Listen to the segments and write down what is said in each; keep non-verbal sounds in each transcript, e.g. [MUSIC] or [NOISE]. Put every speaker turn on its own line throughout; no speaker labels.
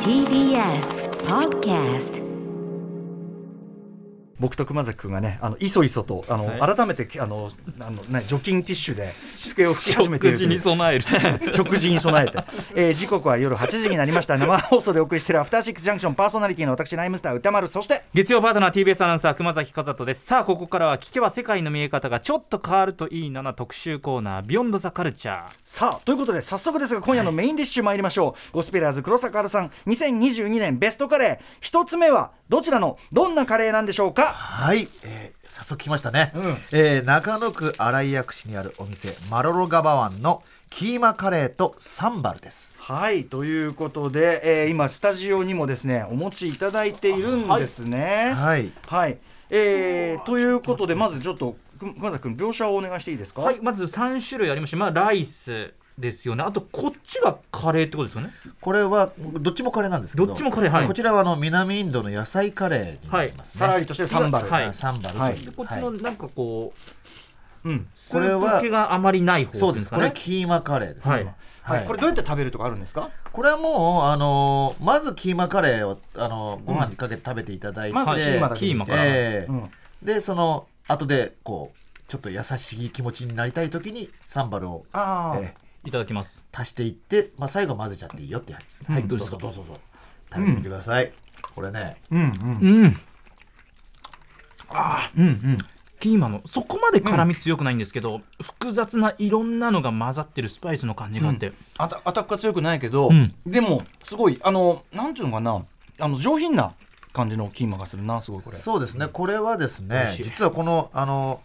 TBS Podcast
僕と熊崎君がねあのいそいそとあの、
はい
改めてあのあの、ね、除菌ティッシュで机を拭き始めてい
食
る
事に備える
食事に備えて、えー時刻は夜8時になりました生放送でお送りしている「アフターシックスジャンクション」パーソナリティの私ライムスター歌丸そして
[LAUGHS] 月曜パートナー TBS アナウンサー熊崎和人ですさあここからは聞けば世界の見え方がちょっと変わるといいなな特集コーナービヨンドザカルチャー
さあということで早速ですが今夜のメインディッシュ参りましょう、ゴスペラーズ黒坂春さん2022年ベストカレー一つ目はどちらのどんなカレーなんでしょうか
はい、えー早速来ましたね、
うん
えー中野区新井薬師にあるお店マロロガバワンのキーマカレーとサンバルです
はいということで、えー今スタジオにもですねお持ちいただいているんですね
はい
はい、えー、ということでまずちょっとく熊崎君描写をお願いしていいですか、
はいまず3種類ありましてまあライスですよねあとこっちがカレーってことですよね
これはどっちもカレーなんですけど
どっちもカレーはい
こちらはあの南インドの野菜カレーになりますね、
さらりとしてサンバル、
はい
あサンバルという、
はい
でこっちの
はい
なんかこう
うん
ス
これ
ー
は
プ気があまりない方
そう
で
ですす
か
これ
ね
キーマカレーです、
は
はいい
はいこれどうやって食べるとかあるんですか
これはもう、あのーまずキーマカレーを、あのーご飯にかけて食べていただいて、
まず
はい
キーマだけ
キーマから、
ええ
うん
でその後でこうちょっと優しい気持ちになりたい時にサンバルを、
ああ、
ええ
いただきます
足していって、まあ、最後混ぜちゃっていいよってやつですね、
うん
どうぞどうぞどうぞ食べてみてください、これね
うんうん
うん
うんうん
キーマのそこまで辛み強くないんですけど、複雑ないろんなのが混ざってるスパイスの感じがあって、
アタアタックは強くないけど、
うん
でもすごいあのなんていうのかなあの上品な感じのキーマがするなすごいこれ
そうですねこれはです
美
ね
味しい
実はこのあの、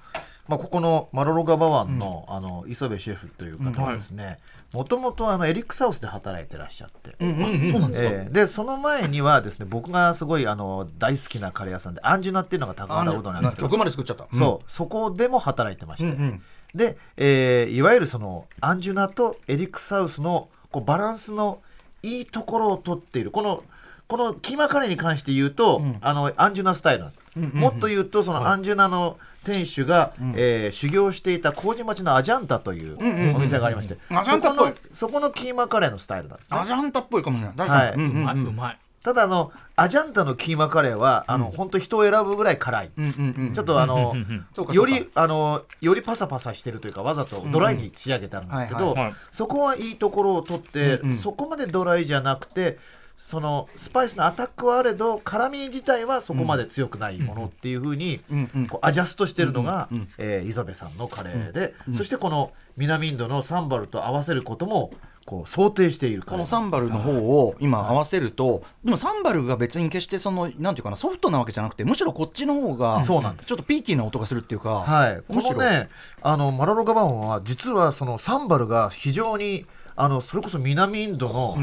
まあ、ここのマロロガバワンの,、あの磯部シェフという方はですねもともとエリックサウスで働いてらっしゃって、
そうなんですか、
ええでその前にはですね僕がすごいあの大好きなカレー屋さんでアンジュナっていうのが高
あ
原うどんなんですけど
曲まで作っちゃった
そう、そこでも働いてまして、
うんうん
で、えーいわゆるそのアンジュナとエリック・サウスのこうバランスのいいところを取っているこのこのキーマカレーに関して言うと、あのアンジュナスタイルなんです、もっと言うとそのアンジュナの店主が、えー修行していた麹町のアジャンタというお店がありまして、
アジャンタっぽい
そこのそこのキーマカレーのスタイルなんですね
アジャンタっぽいかもね
はい
うん
う
うん
まいうまい
ただあのアジャンタのキーマカレーはあの、本当人を選ぶぐらい辛い、
うんうんうん
ちょっとあの
そうかそうか
よりあのよりパサパサしてるというかわざとドライに仕上げてあるんですけ
うんうん
ど
はいはい
そこはいいところを取って、
うんうん
そこまでドライじゃなくてそのスパイスのアタックはあれど辛み自体はそこまで強くないものっていうふうに、
うんうん
こうアジャストしてるのが、えー磯部さんのカレーで、そしてこの南インドのサンバルと合わせることもこう想定しているカ
こ
レ
の
ーなんです
サンバルの方を今合わせると、でもサンバルが別に決してそのなんていうかなソフトなわけじゃなくてむしろこっちの方が
そうなんです
ちょっとピーキーな音がするっていうか、
はい、こ
むしろ
のねあのマラロガバオンは実はそのサンバルが非常にあのそれこそ南インドの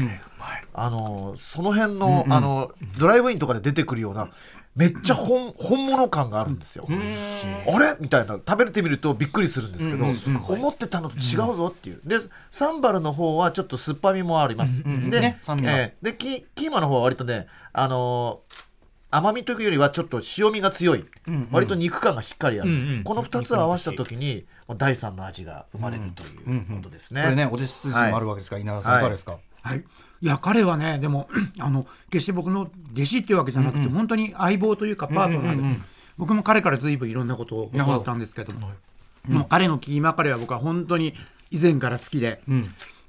あのその辺の,、あのドライブインとかで出てくるようなめっちゃ本,、本物感があるんですよ。あれみたいな食べてみるとびっくりするんですけど、思ってたのと違うぞっていう、でサンバルの方はちょっと酸っぱみもあります。で,、
ね酸味が
えーでキキーマの方は割とねあのー甘みというよりはちょっと塩味が強い、割と肉感がしっかりある、
うんうん
この2つを合わせた時にもう第3の味が生まれるということですね。
これねお弟子筋もあるわけですから、稲田さんいかがですか、
はい、いや彼はねでも [CLEARS THROAT] あの決して僕の弟子っていうわけじゃなくて、本当に相棒というかパートナーで、僕も彼からずいぶんいろんなことを教わったんですけども,、もう彼のキーマカレーは僕は本当に以前から好きで、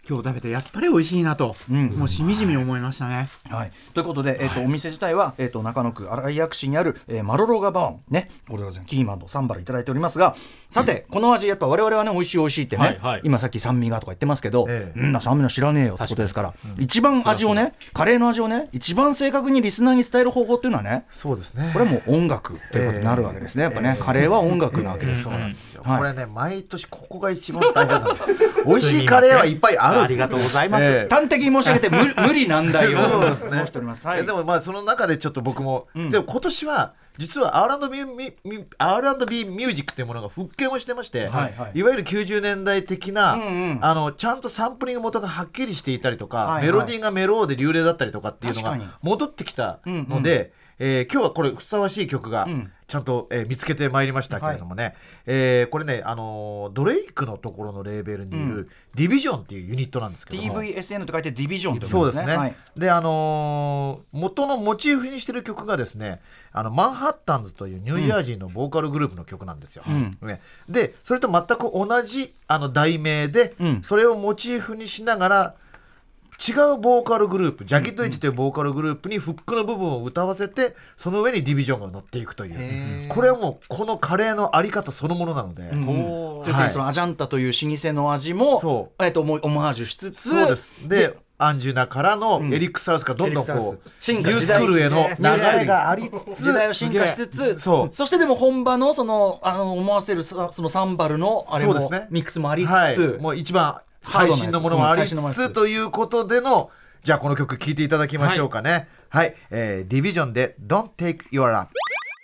今日食べてやっぱり美味しいなと、もうしみじみ思いましたね。
はい、ということで、えーとお店自体は、えー、と中野区新井薬師にある、えーマロロガバーン、ね、これはですねキーマンとサンバルいただいておりますがさて、この味やっぱ我々はね美味しい美味しいってね、
はいはい
今さっき酸味がとか言ってますけど、
ええ
うんな酸味の知らねえよってことですから、一番味をねカレーの味をね一番正確にリスナーに伝える方法っていうのはね
そうですね
これはもう音楽ということになるわけですね、やっぱね、カレーは音楽なわけです
そう
から、
なんですよ、
はい
これね毎年ここが一番大
[LAUGHS]
変なんですよ美味しいカレーはいっぱいある
ありがとうございます
ええ
端的に申し上げ
[LAUGHS]
て無無理難題を
そうですね
申しております、はい
えでもまあその中でちょっと僕も、でも今年は実は R&B ミミ R&B ミュージックというものが復権をしてまし
は
て、
い
い
はい
わゆる90年代的な、
んうん
あのちゃんとサンプリング元がはっきりしていたりとか、
いはい
メロディーがメローで流麗だったりとかっていうの
確
が
かに
戻ってきたので、えー今日はこれふさわしい曲が、ちゃんと、えー見つけてまいりましたけれどもね、えーこれね、あのードレイクのところのレーベルにいる、ディビジョンっていうユニットなんですけども
TVSN と書いてディビジョンとい
そううんですね。
はい
で、あのー元のモチーフにしてる曲がですね、あのマンハッタンズというニュージャージーのボーカルグループの曲なんですよ。
ん
ね、で、それと全く同じあの題名で、
ん
それをモチーフにしながら。違うボーカルグループジャキットイチというボーカルグループにフックの部分を歌わせてその上にディビジョンが乗っていくというこれはもうこのカレーのあり方そのものなので、
うん要する
は
に
い
そのアジャンタという老舗の味も
そ、
えっと、オモオマージュしつつ
そうですでアンジュナからのエリック・サウスがどんどん
エリック
こう
サウス
ニュースクールへの
進化時代
流れがありつつ
時代を進化しつつ
そ
そうしてでも本場のそのあの思わせるさそのサンバルのあれ
そうで
も、
すね
ミックスもありつつ、
はい、もう一番最新のものもありつ
ハードなやつうん最新のものもありつつ
つということでのじゃあこの曲聴いていただきましょうかねはい、えーディビジョンで「Don't Take Your Love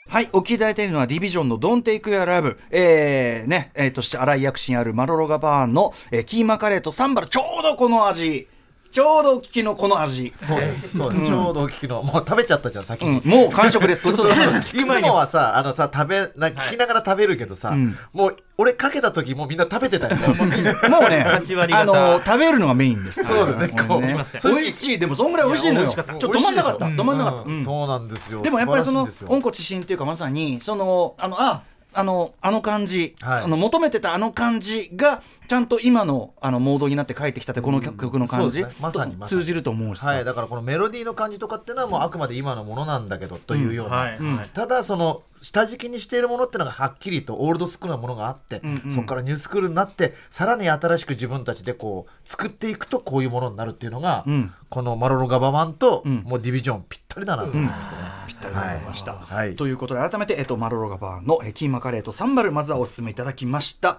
はい、お聞きいただいているのは、ディビジョンの Don't Take Your Love、えー、ね、えー、として荒い躍進あるマロロガバーンの、えーキーマカレーとサンバル、ちょうどこの味、ちょうどお聞きのこの味、」
そうですそうです、ちょうどお聞きのもう食べちゃったじゃん先
う
に。
ん、もう完食です、ごちそうさまです。
[LAUGHS] いつもはさあのさ食べな聞きながら食べるけどさ、もう俺かけた時もうみんな食べて
[LAUGHS]
たよね
もうね、
八割
あ
方
の食べるのがメインです。
そうだね
はい
こう
ね
すい
ません
美味しい、でもそんぐらい美味しいのよ。ちょっと止まんなかった、
美味しいでしょ
止まんなかった。
うん
うん
そうなんですよ
でもやっぱりその
素晴らしいんですよ
温故知新っていうかまさにそのあのああのあの感じ、
はい
あの求めてたあの感じがちゃんと今のあのモードになって帰ってきたってこの曲曲の感じ、
そうですねまさに
と
まさに
通じると思うしさ、
はい、だからこのメロディーの感じとかっていうのはもうあくまで今のものなんだけどというような、
はいはい
ただその下敷きにしているものっていうのがはっきりとオールドスクールなものがあって、そこからニュースクールになってさらに新しく自分たちでこう作っていくとこういうものになるっていうのが、
ん
このマロロガバマンと、もうディビジョンぴったりだなと思いましたね。
ぴったりでございました、
はい
ということで改めて、えっと、マロロガバーのえーキーマカレーとサンバルまずはお勧めいただきました、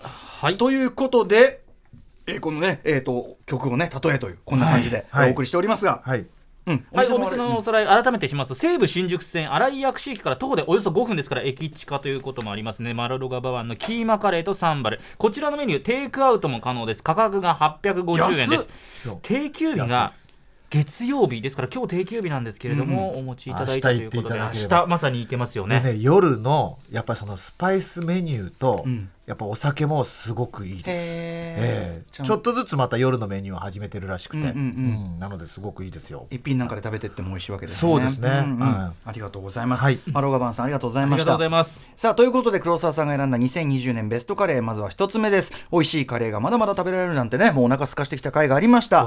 い
ということで、えーこのね、えー、と曲をね例えというこんな感じで
はい
お送りしておりますが、
はい
うん
はい、
も
お
あれ
店のおさらい改めてしますと西武新宿線新井薬師駅から徒歩でおよそ5分ですから駅地下ということもありますねマロロガバワンのキーマカレーとサンバルこちらのメニューテイクアウトも可能です価格が850円です
安っ
定休日
安い
が
です
月曜日ですから今日定休日なんですけれども、お持ちいただいたということで明
明日行っていただけれ
日
ば
まさに行けますよね
でね夜のやっぱりそのスパイスメニューと、
ん
やっぱお酒もすごくいいです。
へー
ええちょっとずつまた夜のメニューを始めてるらしくて、
うんうんうん
うんなのですごくいいですよ。
一品なんかで食べてっても美味しいわけですね。
そうですね
んん
はい
ありがとうございます。
はい
マロガバンさんありがとうござい
あり
ま
が
し
と
た
うござ。います
さあということで黒沢さんが選んだ2020年ベストカレーまずは一つ目です美味しいカレーがまだまだ食べられるなんてねもうお腹空かしてきた回がありました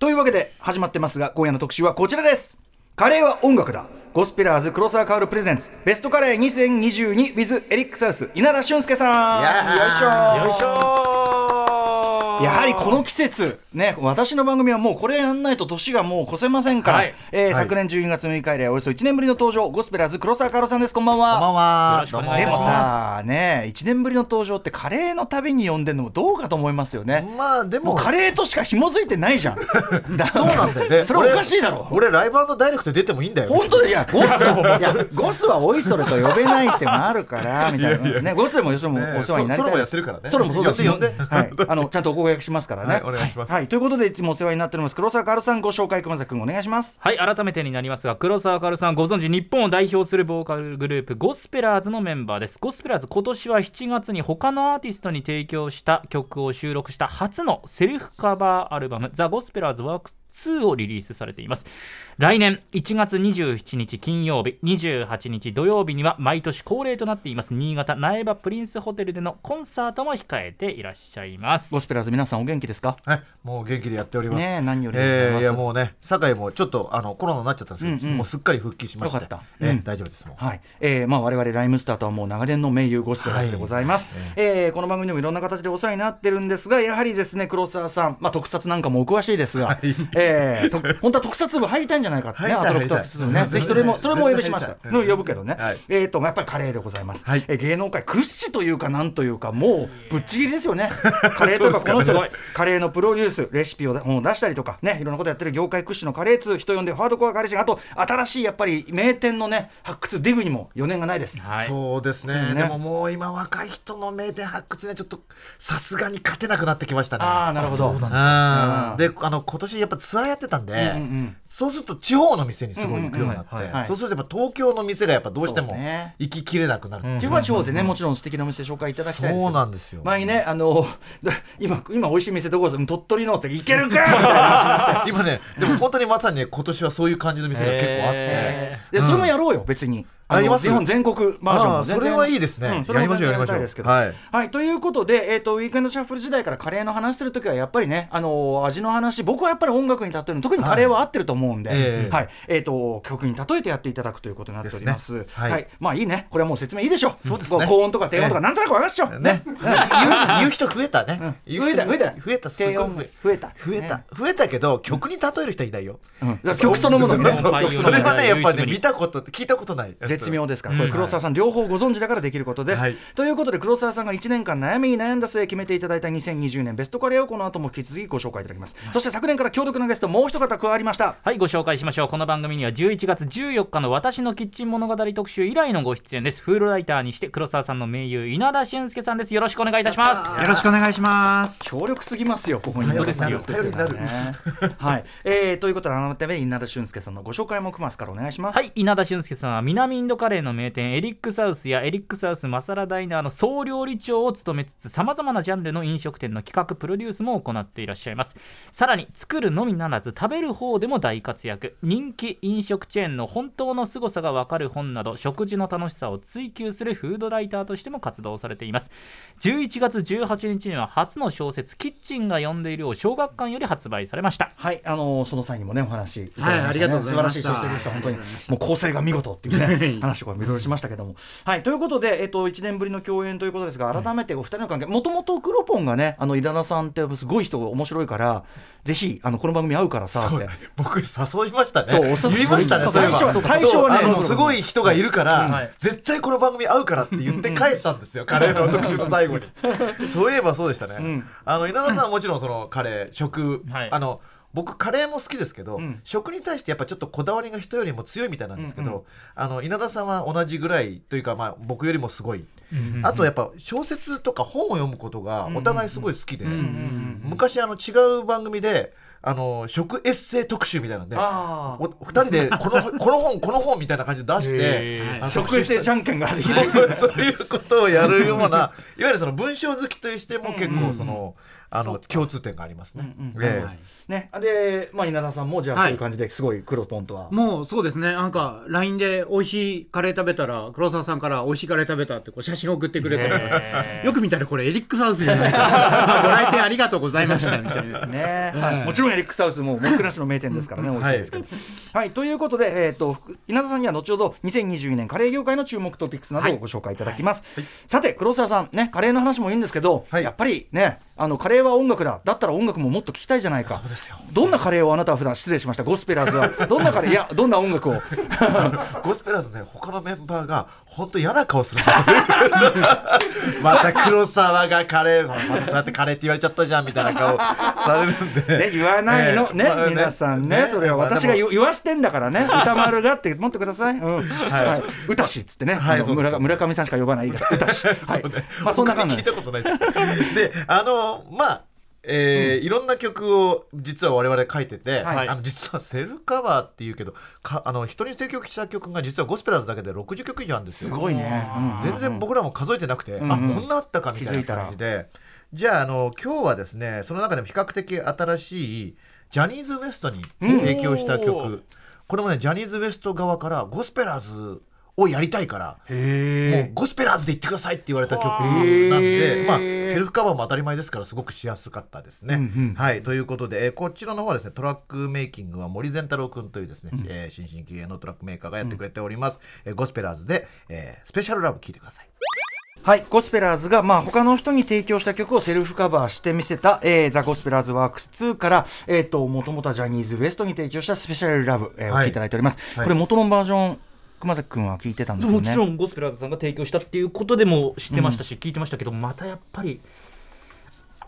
というわけで始まってますが今夜の特集はこちらですカレーは音楽だゴスペラーズ黒沢カールプレゼンツベストカレー 2022with エリックサウス稲田俊介さん
いやー
よいしょ
よいしょー
やはりこの季節、ね、私の番組はもうこれやんないと年がもう越せませんから、
はい
えー
い
昨年12月6日以来およそ1年ぶりの登場ゴスペラーズ黒沢カロさんですこんばん
こんば
は
んは。
よろしくお願い
で
し
も
ます
さね1年ぶりの登場ってカレーの旅に呼んでるのもどうかと思いますよ
どう
ね
もまあで
も
も
うカレーとしか紐づいてないじゃんそう
なんだよ
[LAUGHS]
ね
それおかしいだろ
俺俺ライブダイレクトで出てもいいんだよね。
本当でいやゴスはいやゴスはおいそれと呼べないってもあるからみたいなねゴスでもよそも
ね
お世話になりたいです
ソロもやってるからね
ソロもそうだし
呼んで呼んで
はいあのちゃんとご約しますからね
はいお願いします
はいということでいつもお世話になっております黒沢カールさんご紹介熊崎君お願いします
はい改めてになりますが黒沢かるさんご存知日本を代表するボーカルグループゴスペラーズのメンバーですゴスペラーズ今年は7月に他のアーティストに提供した曲を収録した初のセルフカバーアルバム「ザ・ゴスペラーズワークス2をリリースされています来年1月27日金曜日28日土曜日には毎年恒例となっています新潟苗場プリンスホテルでのコンサートも控えていらっしゃいます
ゴスペラーズ皆さんお元気ですか
ねもう元気でやっております。
ねえ何よりでございます
えーいやもうね酒井もちょっとあのコロナになっちゃったんですけど、
うんうん
もうすっかり復帰しまして
よかった
えー
うん
大丈夫ですもん。
はいえーまあ、我々ライムスターとはもう長年の盟友ゴスペラーズでございます、えーこの番組でもいろんな形でお世話になってるんですがやはりですね黒沢さん、まあ、特撮なんかもお詳しいですが、えーと本当は特撮部入りたいんじゃないかってね
入りたい
アトロック特撮部ね
入りた
ぜ
い
ひそれもそれもお呼びしました
全然入りた
う
い
ん呼ぶけどね、
はい
えー、とやっぱりカレーでございます、
はい
えー芸能界屈指というかなんというかもうぶっちぎりですよねカレーとかこの人
そう
が
です
カレーのプロデュースレシピを本を出したりとかねいろんなことやってる業界屈指のカレー通人呼んでハードコアカレー師あと新しいやっぱり名店のね発掘ディグにも4年がないです、
はい
そうですね,、
うんね
でももう今若い人の名店発掘にはちょっとさすがに勝てなくなってきましたね
ああなるほど
あーであの今年やっぱ伝ツアーやってたんで、
うんうん
そうすると地方の店にすごい行くようになって、
うんうんうんはいはい
そうするとやっぱ東京の店がやっぱどうして
そ
も
うね
行ききれなくなる、
自分は地方でね、もちろん素敵なお店紹介いただきたいですけど
そうなんですよ
前にね、あの、 [LAUGHS] だ今、今美味しい店どこですうん鳥取のって、行けるかみたいな話になって
今ねでも本当にまさにね今年はそういう感じの店が結構あって、
へ
でそれもやろうよ、別に。
あります
日本全国バージョン
あ
も
あ
全然
それはいいですね
うんそれも全然
やりましょ
た
う
いですけど。
やりましょう
はい。ということで、えっと、ウィークエンドシャッフル時代からカレーの話するときは、やっぱりね、あのー、味の話、僕はやっぱり音楽に例えるの、特にカレーは合ってると思うんで、
はいええ
はい。えっと、曲に例えてやっていただくということになっております
で。すね
は
はいい。
まあいいね。これはもう説明いいでしょ。そう
ですね
高音とか低音とか、
ええ
なんとなく分かっちゃう。
ね、言う言う人増えたね、言う
増え
人
た増えた
増えたすごい
低音
増え
増えた
増えた増えたけど曲に例える人いないよ、
うんだから曲そのものがね
[LAUGHS] そうそうそれはねやっぱり
唯一無
ね
二
見たこと聞いたことない
[LAUGHS] 絶妙ですから、これ
うん
黒沢さん両方ご存知だからできることです。
はい
ということで黒沢さんが1年間悩みに悩んだ末決めていただいた2020年ベストカレーをこの後も引き続きご紹介いただきます。そして昨年から強力なゲストもう一方加わりました。
はいご紹介しましょうこの番組には11月14日の「私のキッチン物語」特集以来のご出演ですフードライターにして黒沢さんの盟友稲田俊介さんですよろしくお願いいたします
よろしくお願いします。
強力すぎますよここに
頼り
になる
頼りになる
ねはい、えー、ということで改めて稲田俊介さんのご紹介もくますからお願いします。
はい稲田俊介さんは南インドカレーの名店エリックサウスやエリックサウスマサラダイナーの総料理長を務めつつさまざまなジャンルの飲食店の企画プロデュースも行っていらっしゃいますさらに作るのみならず食べる方でも大活躍人気飲食チェーンの本当の凄さがわかる本など食事の楽しさを追求するフードライターとしても活動されています11月18日には初の小説「キッチンが呼んでいる」を小学館より発売されました
はい、あのーその際にもねお話いただきましたね、
はいありがとうございました
素晴らしい出席でした本当にもう構成が見事っていうね話とかもいろいろしましたけどもはいということでえっと一年ぶりの共演ということですが改めてお二人の関係もともとクロポンがねあの井田さんってすごい人面白いからぜひあのこの番組合うからさ
そ
っ
う
て
僕誘いましたね
そうお誘い
言いましたね
そう
そういえば
最初最初はね
そうあの
そう
すごい人がいるから、
はい
絶対この番組合うからって言って帰ったんですよカレーの特集の最後にそういえばそうでしたね、あの稲田さんはもちろんそのカレー食、
はい
あの僕カレーも好きですけど、
ん
食に対してやっぱちょっとこだわりが人よりも強いみたいなんですけど、あの稲田さんは同じぐらいというか、まあ、僕よりもすごい、あとやっぱ小説とか本を読むことがお互いすごい好きで、昔あの違う番組であの食エッセイ特集みたいなんで
あー
お二人でこのこの本この本みたいな感じで出して
へー
あの
食性じゃんけんがある
そういうそういうことをやるようないわゆるその文章好きとしても結構そのあの共通点がありますね。
うんうん
え
はい
え
ねでまあ稲田さんもじゃあそ
はい
ういう感じですごいクロポンとは、
もうそうですね、なんか LINE で美味しいカレー食べたら、黒沢さんから美味しいカレー食べたってこう写真を送ってくれ
へー
て、よく見たらこれエリックサウスじゃないか。ご来店ありがとうございましたみたいな。 [LAUGHS]
ねはい、もちろんエリック・サウスも文句なしの名店ですからね、美味しいですけど。はい、ということで、えー、と福稲田さんには後ほど2022年カレー業界の注目トピックスなどをご紹介いただきます。さて、黒沢さん、ね、カレーの話もいいんですけど、
はい
やっぱりねあの、カレーは音楽だ、だったら音楽ももっと聞きたいじゃないか。
そうですよ
どんなカレーをあなたは普段失礼しました、ゴスペラーズは、どんなカレー、いや、どんな音楽を。
ゴスペラーズね他のメンバーが本当嫌な顔するんですよ [LAUGHS] また黒沢がカレーまたそうやってカレーって言われちゃったじゃんみたいな顔されるんで。
ね、言わないの、
ええ
ね、
まあね
皆さんね、
ね
それは
まあでも
私が言言わしてんだからね、歌丸がって、持ってください。うん、はい、歌しっつってね、
はい
あの
そうです
村村上さんしか呼ばないから、歌し。はい、 [LAUGHS] まあ、そんな感じ
僕に聞い。たことないです。で、あの、まあ。えーいろんな曲を実は我々書いてて、
はい
あの実はセルフカバーっていうけどかあの人に提供した曲が実はゴスペラーズだけで60曲以上あるんですよ
すごいね。うん
全然僕らも数えてなくて、あこんなあったかみたいな感じでじゃああの今日はですねその中でも比較的新しいジャニーズ WEST に提供した曲、これもねジャニーズ WEST 側からゴスペラーズをやりたいからもうゴスペラーズで言ってくださいって言われた曲なん
へー
で、まあ、セルフカバーも当たり前ですからすごくしやすかったですね。はいということで、えーこちらの方はですねトラックメイキングは森善太郎君というですね、えー新進気鋭のトラックメーカーがやってくれております、えーゴスペラーズで、えースペシャルラブ聴いてください。
はい、ゴスペラーズが、まあ、他の人に提供した曲をセルフカバーしてみせた、えー、ザ・ゴスペラーズワークス2から、えっ、と、もともとはジャニーズ WEST に提供したスペシャルラブ、えー、お聴
はい
きいただいております。
はい
これ元のバージョン、熊崎くんは聞いてたんですよ
も
ね。
ちろんゴスペラーズさんが提供したっていうことでも知ってましたし、聞いてましたけどまたやっぱり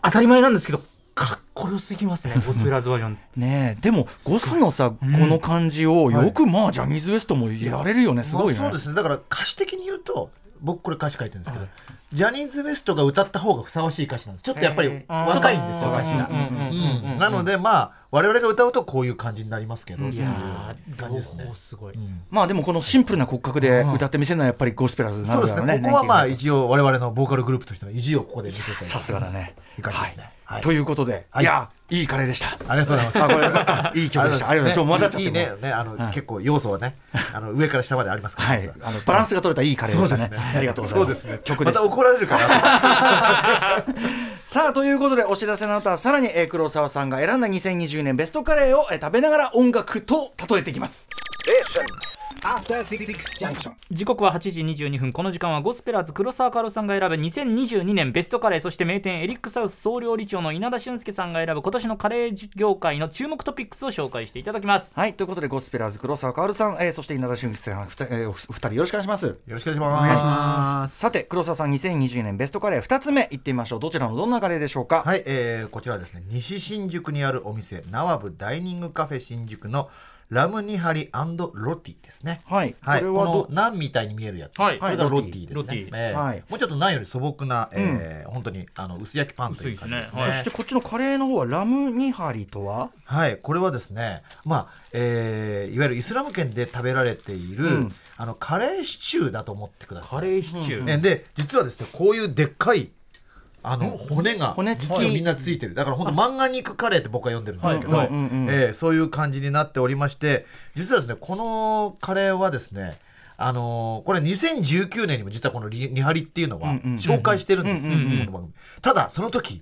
当たり前なんですけどかっこよすぎますねゴスペラーズバージョン
ねえでもゴスのさ、この感じをよくまあジャニーズ WEST もやれるよねすごいね、
まあそうですねだから歌詞的に言うと僕これ歌詞書いてるんですけど、ジャニーズ WEST が歌った方がふさわしい歌詞なんですちょっとやっぱり
え
ー
若いんですよ
あー
歌詞が
うんうんうんうん
なのでまあ我々が歌うとこういう感じになりますけどって
い
いう
やー
感じ
両
ですね
方すごい、
まあでもこのシンプルな骨格で歌ってみせるのはやっぱりゴスペラーズな
そ
ら
うで
ですは
ね
ね。
ここはまあ
年季が
一応我々のボーカルグループとしての意地をここで見せて
さすがだね。
いい感じですね
は。
はいい
ということで、
はいい
やいいカレーでした。
ありがとうございます
あこれあいい曲でした。ありがとうございます。ちょっと混ざっ
ね
ちゃって
いいねねあの、結構要素はねあの上から下までありますから、
は
実
い
は、
あのバランスが取れたいいカレーでしたね。ありがとうございます。
そうですね
曲で
ま
した
た怒られるから
さあということでお知らせの後はさらに、えー黒沢さんが選んだ2020年ベストカレーを、えー食べながら音楽と例えていきます。
After Six Junction.
時刻は8時22分この時間はゴスペラーズ黒沢カロさんが選ぶ2022年ベストカレーそして名店エリックサウス総料理長の稲田俊介さんが選ぶ今年のカレー業界の注目トピックスを紹介していただきます
はいということでゴスペラーズ黒沢薫さん、えーそして稲田俊介さんふた、えーお二人よろしくお願いします。
よろしくお願いします
さて黒沢さん2020年ベストカレー2つ目いってみましょうどちらのどんなカレーでしょうか、
はい、えーこちらはですね西新宿にあるお店ナワブダイニングカフェ新宿のラムニハリロティですね
はい
はい、
こ
こ
れはど
のナンみたいに見えるやつ、
はい
これがロティですね
ロティ
えー
はい
もうちょっとナンより素朴な、えー本当にあの薄焼きパンという感じですね
薄い
そしてこっちのカレーの方はラムニハリとは
はい、これはですね、まあえーいわゆるイスラム圏で食べられている、あのカレーシチューだと思ってください。
カレーシチュー、
えで実はですねこういうでっかいあの骨が
骨付き
実はみんなついてるだから本当漫画肉カレーって僕は読んでるんですけど、
はいはい
えーそういう感じになっておりまして実はですねこのカレーはですねあのーこれ2019年にも実はこのリ「ニハリ」っていうのは紹介してるんですよこの番組ただその時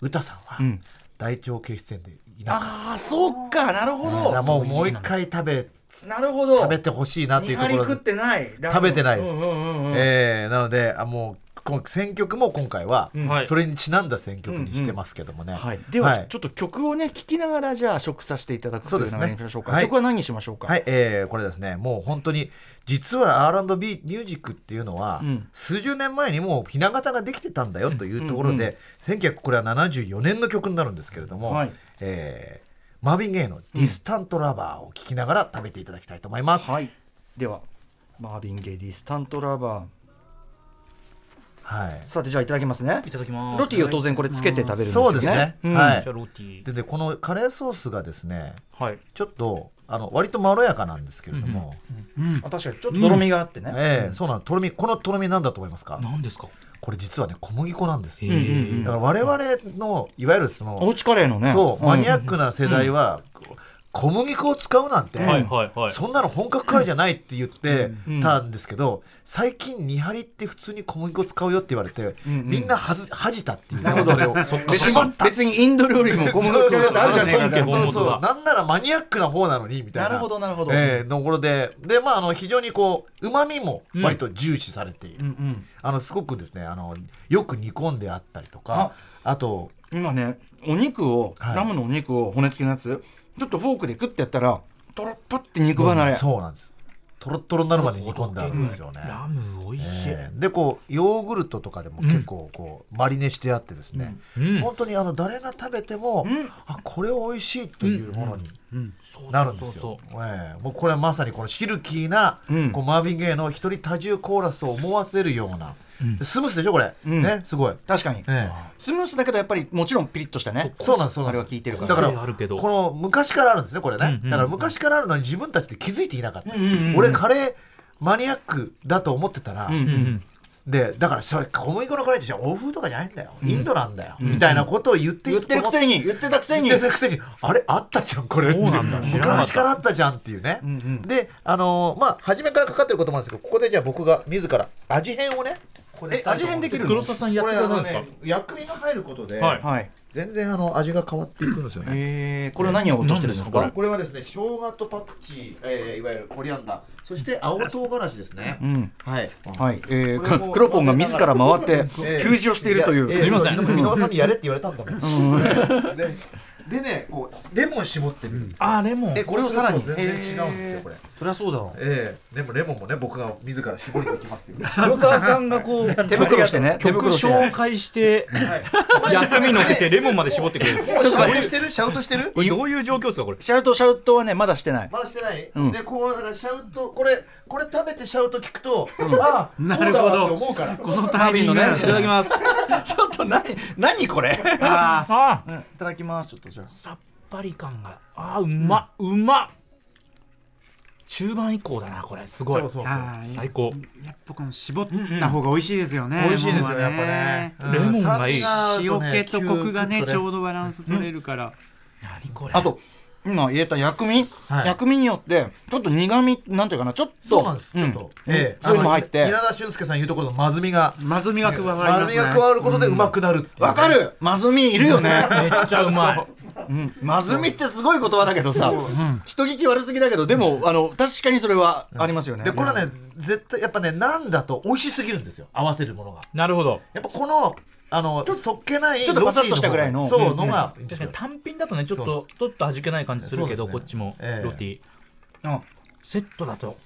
歌さんは大腸憩室炎でいなかっ
ああそっかなるほ
ただからもうもう一回食べ
なるほど
食べてほしいなっていうところで
てない
食べてないです。
え
えーなのであもうこの選曲も今回は
はい
それにちなんだ選曲にしてますけどもね。
はい、では、
い
ちょっと曲をね聴きながらじゃあ食させていただくと
そう
いう
で
流
す
れ
ね
にしましょうか、
はい
曲は何にしましょうか、
はい、えーこれですねもう本当に実は R&B ミュージックっていうのは、
ん
数十年前にもうひな形ができてたんだよというところで、1900これは74年の曲になるんですけれども、
はい
えーマーヴィン・ゲイの「ディスタント・ラバー」を聴きながら食べていただきたいと思います。
はい、ではマービン・ゲイディスタント・ラバ
はい
ーさてじゃあいただきますね
いただきます
ロティを当然これつけて食べるんです
そ
よね
うですね、
うん
はい
じゃあロティ
ででこのカレーソースがですね
はい
ちょっとあの割とまろやかなんですけれども、
あ確かにちょっととろみがあってね、
ええそうなのとろみこのとろみなんだと思いますか
何ですか
これ実はね小麦粉なんですよ、
うんうんうん
だから我々のいわゆるそ
お
の、
うちカレーのね
そう、マニア
ッ
ックな世代は、こ小麦粉を使うなんて、
はいはいはい
そんなの本格カレーじゃないって言ってたんですけど、最近ニハリって普通に小麦粉使うよって言われて、みんなはず恥じたっていう
なるほど
れを [LAUGHS]
別に別にインド料理も小麦
そう
粉使
そうう
やつあるじゃねえか
本家本
そう
元
そう
だ
なんならマニアックな方なのにみたいな
なるほどなるほど
ええところででまああの非常にこううまみも割と重視されている、あのすごくですねあのよく煮込んであったりとかあと
今ねお肉を、
はい
ラムのお肉を骨付きのやつちょっとフォークでクッてやったらとろっぱって肉離れ、
そうなんですとろっとろになるまで煮込んであるんですよね、
ラムおいしい、
ええでこうヨーグルトとかでも結構こう、マリネしてあってですね、
うん
本当にあの誰が食べても、あこれ美味しいというものになるんですよ。ええもうこれはまさにこのシルキーな、
ん
こうマーヴィン・ゲイの一人多重コーラスを思わせるような、スムースでしょこれ、
ん
ねすごい。
確かに、
ええ
スムースだけどやっぱりもちろんピリッとしたね
そうなんですそう
あ
なん
れ
です
は効いてるから
だから
個性あるけど
この昔からあるんですねこれね、
うんうん
だから昔からあるのに自分たちで気づいていなかった、俺カレーマニアックだと思ってたら、
うんうん
でだからそれ小麦粉のカレーってじゃあ欧風とかじゃないんだよ、インドなんだよ、みたいなことを言って
言ってるくせに言ってたくせに
言ってたくせにあれあったじゃんこれって
そうなんだ知らなかった
昔からあったじゃんっていうね、であのーまあ初めからかかってることもあるんですけどここでじゃあ僕が自ら味変をねこれ
え味変できるの
黒沢さんやっ
こ
て
れ
くだ
あ
さい
の
んですか
ね薬味が入ることで、
はい
はい
全然あの味が変わっていくんですよね、
えー、これは何を落としてるんですか
何
これはですね、生姜とパクチー、えー、いわゆるコリアンダー、そして青唐辛子ですね。
ん
はい。
はい、えー、
こ
か [LAUGHS]
れも
クロポンが自ら回って
[LAUGHS] えー
給仕をしているという、
やえー
すいません
[LAUGHS] そう箕輪さんにやれって言われたんだもん。ででねこうレモン絞ってるんですよ、
あレモン
えこれをさらに
全然違うんですよこれ
へーそりゃそうだろう
ええでもレモンもね僕が自ら絞りに行きますよ
黒沢さんが
[LAUGHS]
こう
手袋してね手
曲
袋して
紹介して
はい
薬味乗せてレモンまで絞ってくれる
もう [LAUGHS] シャウトしてるシャウトしてる
これどういう状況ですかこれ
シャウトシャウトはねまだしてない
まだしてない、
うん
でこうだからシャウトこれこれ食べてシャウト聞くと、ああ
な
そう
る
だ
ほど
わって思うから
このタイミング
タイミングね
いただきます
[LAUGHS] ちょっと何何これ
ああ
うんいただきますちょっとじゃあ
さっぱり感があーうまっ、うまっ中盤以降だなこれすごい
そうそうそう
あー
最高
やっぱこの絞った方が美味しいですよね。
美味しいですよね
レモ
や
ン
っ
は
ぱね、
レモンがいい
塩気とコクがねちょう
ど
どバランス取れるから、
何これ
あと今入れた薬味、
はい
薬味によってちょっと苦味なんていうかなちょっと
そうなんです、
ん
ちょっと、ええ
そういうのも入って
あの稲田俊介さん言うところのまずみが
まずみが加わりますね。
まずみが加わることでうまくなるっていうね
わかるまずみいるよね、
めっちゃうまい
うん、まずみってすごい言葉だけどさ、人聞き悪すぎだけどでもあの確かにそれはありますよね、
でこれはね絶対やっぱねなんだと美味しすぎるんですよ合わせるものが
なるほど
やっぱこのあのそっけない
ちょっとバサッとしたぐらいの
ロティ方がそうのがいいんで
確
す
かに
よ
単品だとねちょっ
そ
とちょっと味気ない感じするけど、
そう
こ
ですね
っちも
ええ
ロティ、
うん
セットだと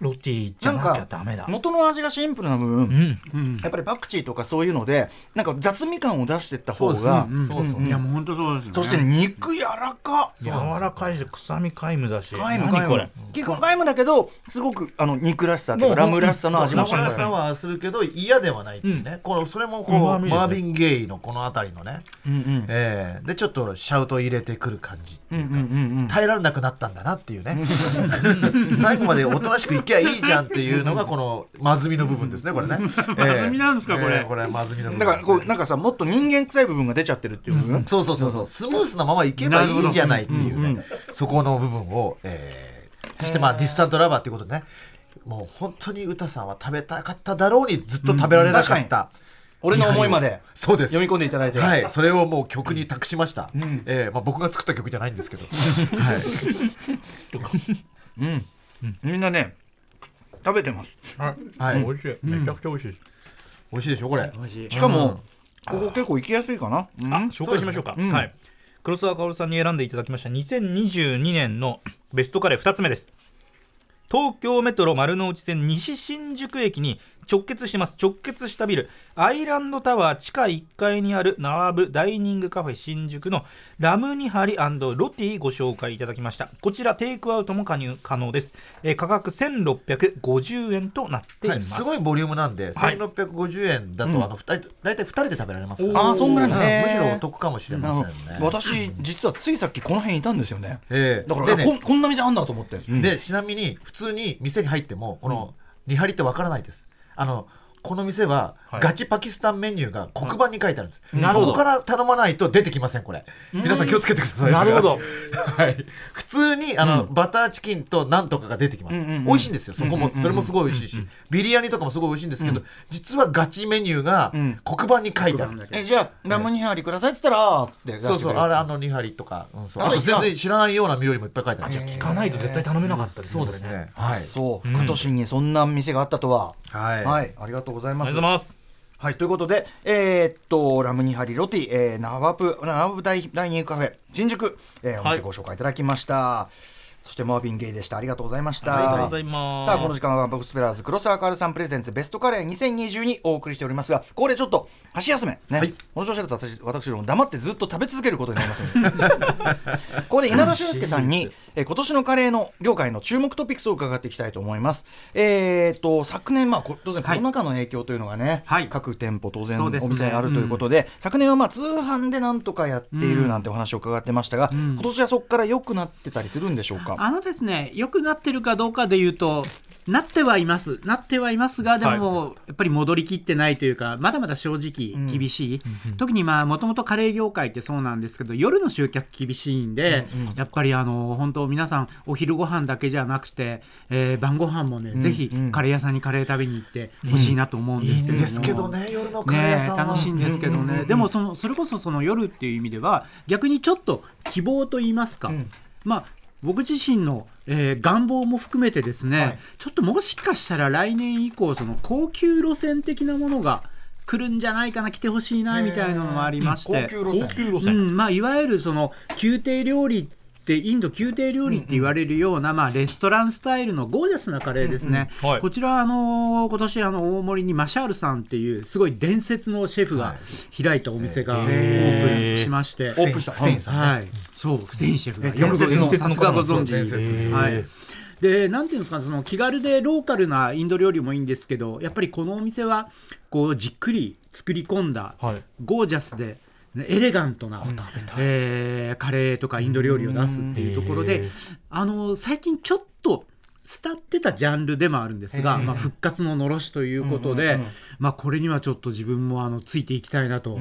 ロティじ
な
ゃ
ん
なきゃ
か
ダメだ
元の味がシンプルな分、
うん
うん
やっぱりパクチーとかそういうのでなんか雑味感を出してった方
そうです
が
ねそうそう
いやもう本当そうですよね。
そしてね肉柔らか
柔らかいし臭み皆無だし
カイム
何
カイ
こ
ム
れ
結構カイムだけどすごくあの肉らしさと
も
か
う
ラムらしさの味もして
中
る
村さんはするけど嫌ではないっていうね、これそれもこう
うまみですね
マービン・ゲイのこの辺りのね、
うんうん
ええでちょっとシャウト入れてくる感じっていうか、
うんうんうん
耐えられなくなったんだなっていうね最後までおとなしくいきゃいいじゃんっていうのがこのまずみの部分ですねこれね、ええ
まずみなんですかこれ
ええこれまずみの部分
だからこう
ですね
なんかさもっと人間臭い部分が出ちゃってるっていう部分、
そうそうそうそうスムースなままいけばいいじゃないっていうね、
なるほどうんうん
そこの部分を、えーそしてまあディスタントラバーっていうことでねもう本当に歌さんは食べたかっただろうにずっと食べられなか
うん確
った、
俺の思いま
いや
で
いやそうです
読み込んでいただいて、
はい、それをもう曲に託しました、えーまあ、僕が作った曲じゃないんですけど、はい、
うん、みんなね食べてます
は
はいい美味しいめちゃくちゃ美味しいです
美味しいでしょこれ
美味しい
しかも、ここ結構行きやすいかな、うん
あ紹介しましょうか
うん
はい黒沢薫さんに選んでいただきました2022年のベストカレー2つ目です東京メトロ丸の内線西新宿駅に直結します直結したビルアイランドタワー地下1階にある並ぶダイニングカフェ新宿のラムニハリロティご紹介いただきましたこちらテイクアウトも加入可能です、えー価格1650円となってい
は
ま
い、
す、
すごいボリュームなんで、
はい
1650円だと、あの二人大体2人で食べられますから
あーそんぐらいなんだ
むしろお得かもしれ
な
ま
る
せ
ほ
ん
ど
ね、
私実はついさっきこの辺いたんですよね
えー
だから、
でね
ここんな店あんだと思って、うん
でちなみに普通に店に入ってもこのリハリってわからないですあのこの店は
はい
ガチパキスタンメニューが黒板に書いてあるんです、
なる
そ
ほど
こから頼まないと出てきませんこれ皆さん気をつけてください
なるほど
はい普通にあの、バターチキンとなんとかが出てきます、
うんうんうん
美味しいんですよそこも、それもすごい美味しいし、ビリヤニとかもすごい美味しいんですけど、実はガチメニューが
ん
黒板に書いてあるんですよ、
えじゃあラムニハリくださいっつったらって出してくれ
そう
る
そうあれあのリハリとか、うんそう
あ
あ
そう
と全然知らないような緑もいっぱい書いてあるんです
聞
よ
かないと絶対頼めなかったですね
そうです
これね
ねはい
そう福都市にそんな店があったとは、
はい
はい、ありがとうござい
あ
ま
りが
す
とうございます
はい、ということで、えーっと、ラムニハリロティ、えー、ナワプ、ナワプ大ダイニングカフェ、新宿、えー、お
は
店
い
ご紹介いただきました。そしてマービン・ゲイでした。ありがとうございました。
ありがとうございます
さあ、この時間はボックスペラーズ、黒沢カールさんプレゼンツベストカレー2020にお送りしておりますが、ここでちょっと、箸休め。ね。
はい
この調子だと私、私ども黙ってずっと食べ続けることになりますので。ここで稲田俊介さ
[LAUGHS]
んに、えー今年のカレーの業界の注目トピックスを伺っていきたいと思います。えーっと、昨年、まあ、こ当然コロナ禍の影響というのがね、
はい
各店舗当然
そうですね
お店あるということで昨年はまあ通販でなんとかやっているなんてお話を伺ってましたが、
ん
今年はそこから良くなってたりするんでしょうか。
あのですね、良くなってるかどうかで言うと、なってはいます、なってはいますが、でも、やっぱり戻りきってないというか、まだまだ正直、厳しい、特にまあ、もともとカレー業界ってそうなんですけど、夜の集客厳しいんで、やっぱりあの本当、皆さん、お昼ご飯だけじゃなくて、えー晩ご飯もね、ぜひ
うん
カレー屋さんにカレー食べに行ってほしいなと思うんですけれども。
ですけどね夜のカレー屋さんは、
ねえ楽しいんですけどね、でもそのそれこそその夜っていう意味では逆にちょっと希望と言いますか、まあ僕自身の、えー願望も含めてですね、ちょっともしかしたら来年以降その高級路線的なものが来るんじゃないかな来てほしいなみたいなのもありまして、
路線
うんまあ、いわゆるその宮廷料理ってインド宮廷料理って言われるような、まあ、レストランスタイルのゴージャスなカレーですね、
うんうんはい
こちらはあのー今年あの大森にマシャールさんっていうすごい伝説のシェフが開いたお店がオープンしまして、
オープンした
フセインさんね
はい、そうフセインシェフが
伝説の
よくご存知さすがご存知
伝説ですね
はいでなんていうんですかねその気軽でローカルなインド料理もいいんですけどやっぱりこのお店はこうじっくり作り込んだ、
はい
ゴージャスでねエレガントな、えーカレーとかインド料理を出すっていうところ
う
で
ん
あの最近ちょっと伝ってたジャンルでもあるんですが、まあ、復活ののろしということで、まあ、これにはちょっと自分もあのついていきたいなと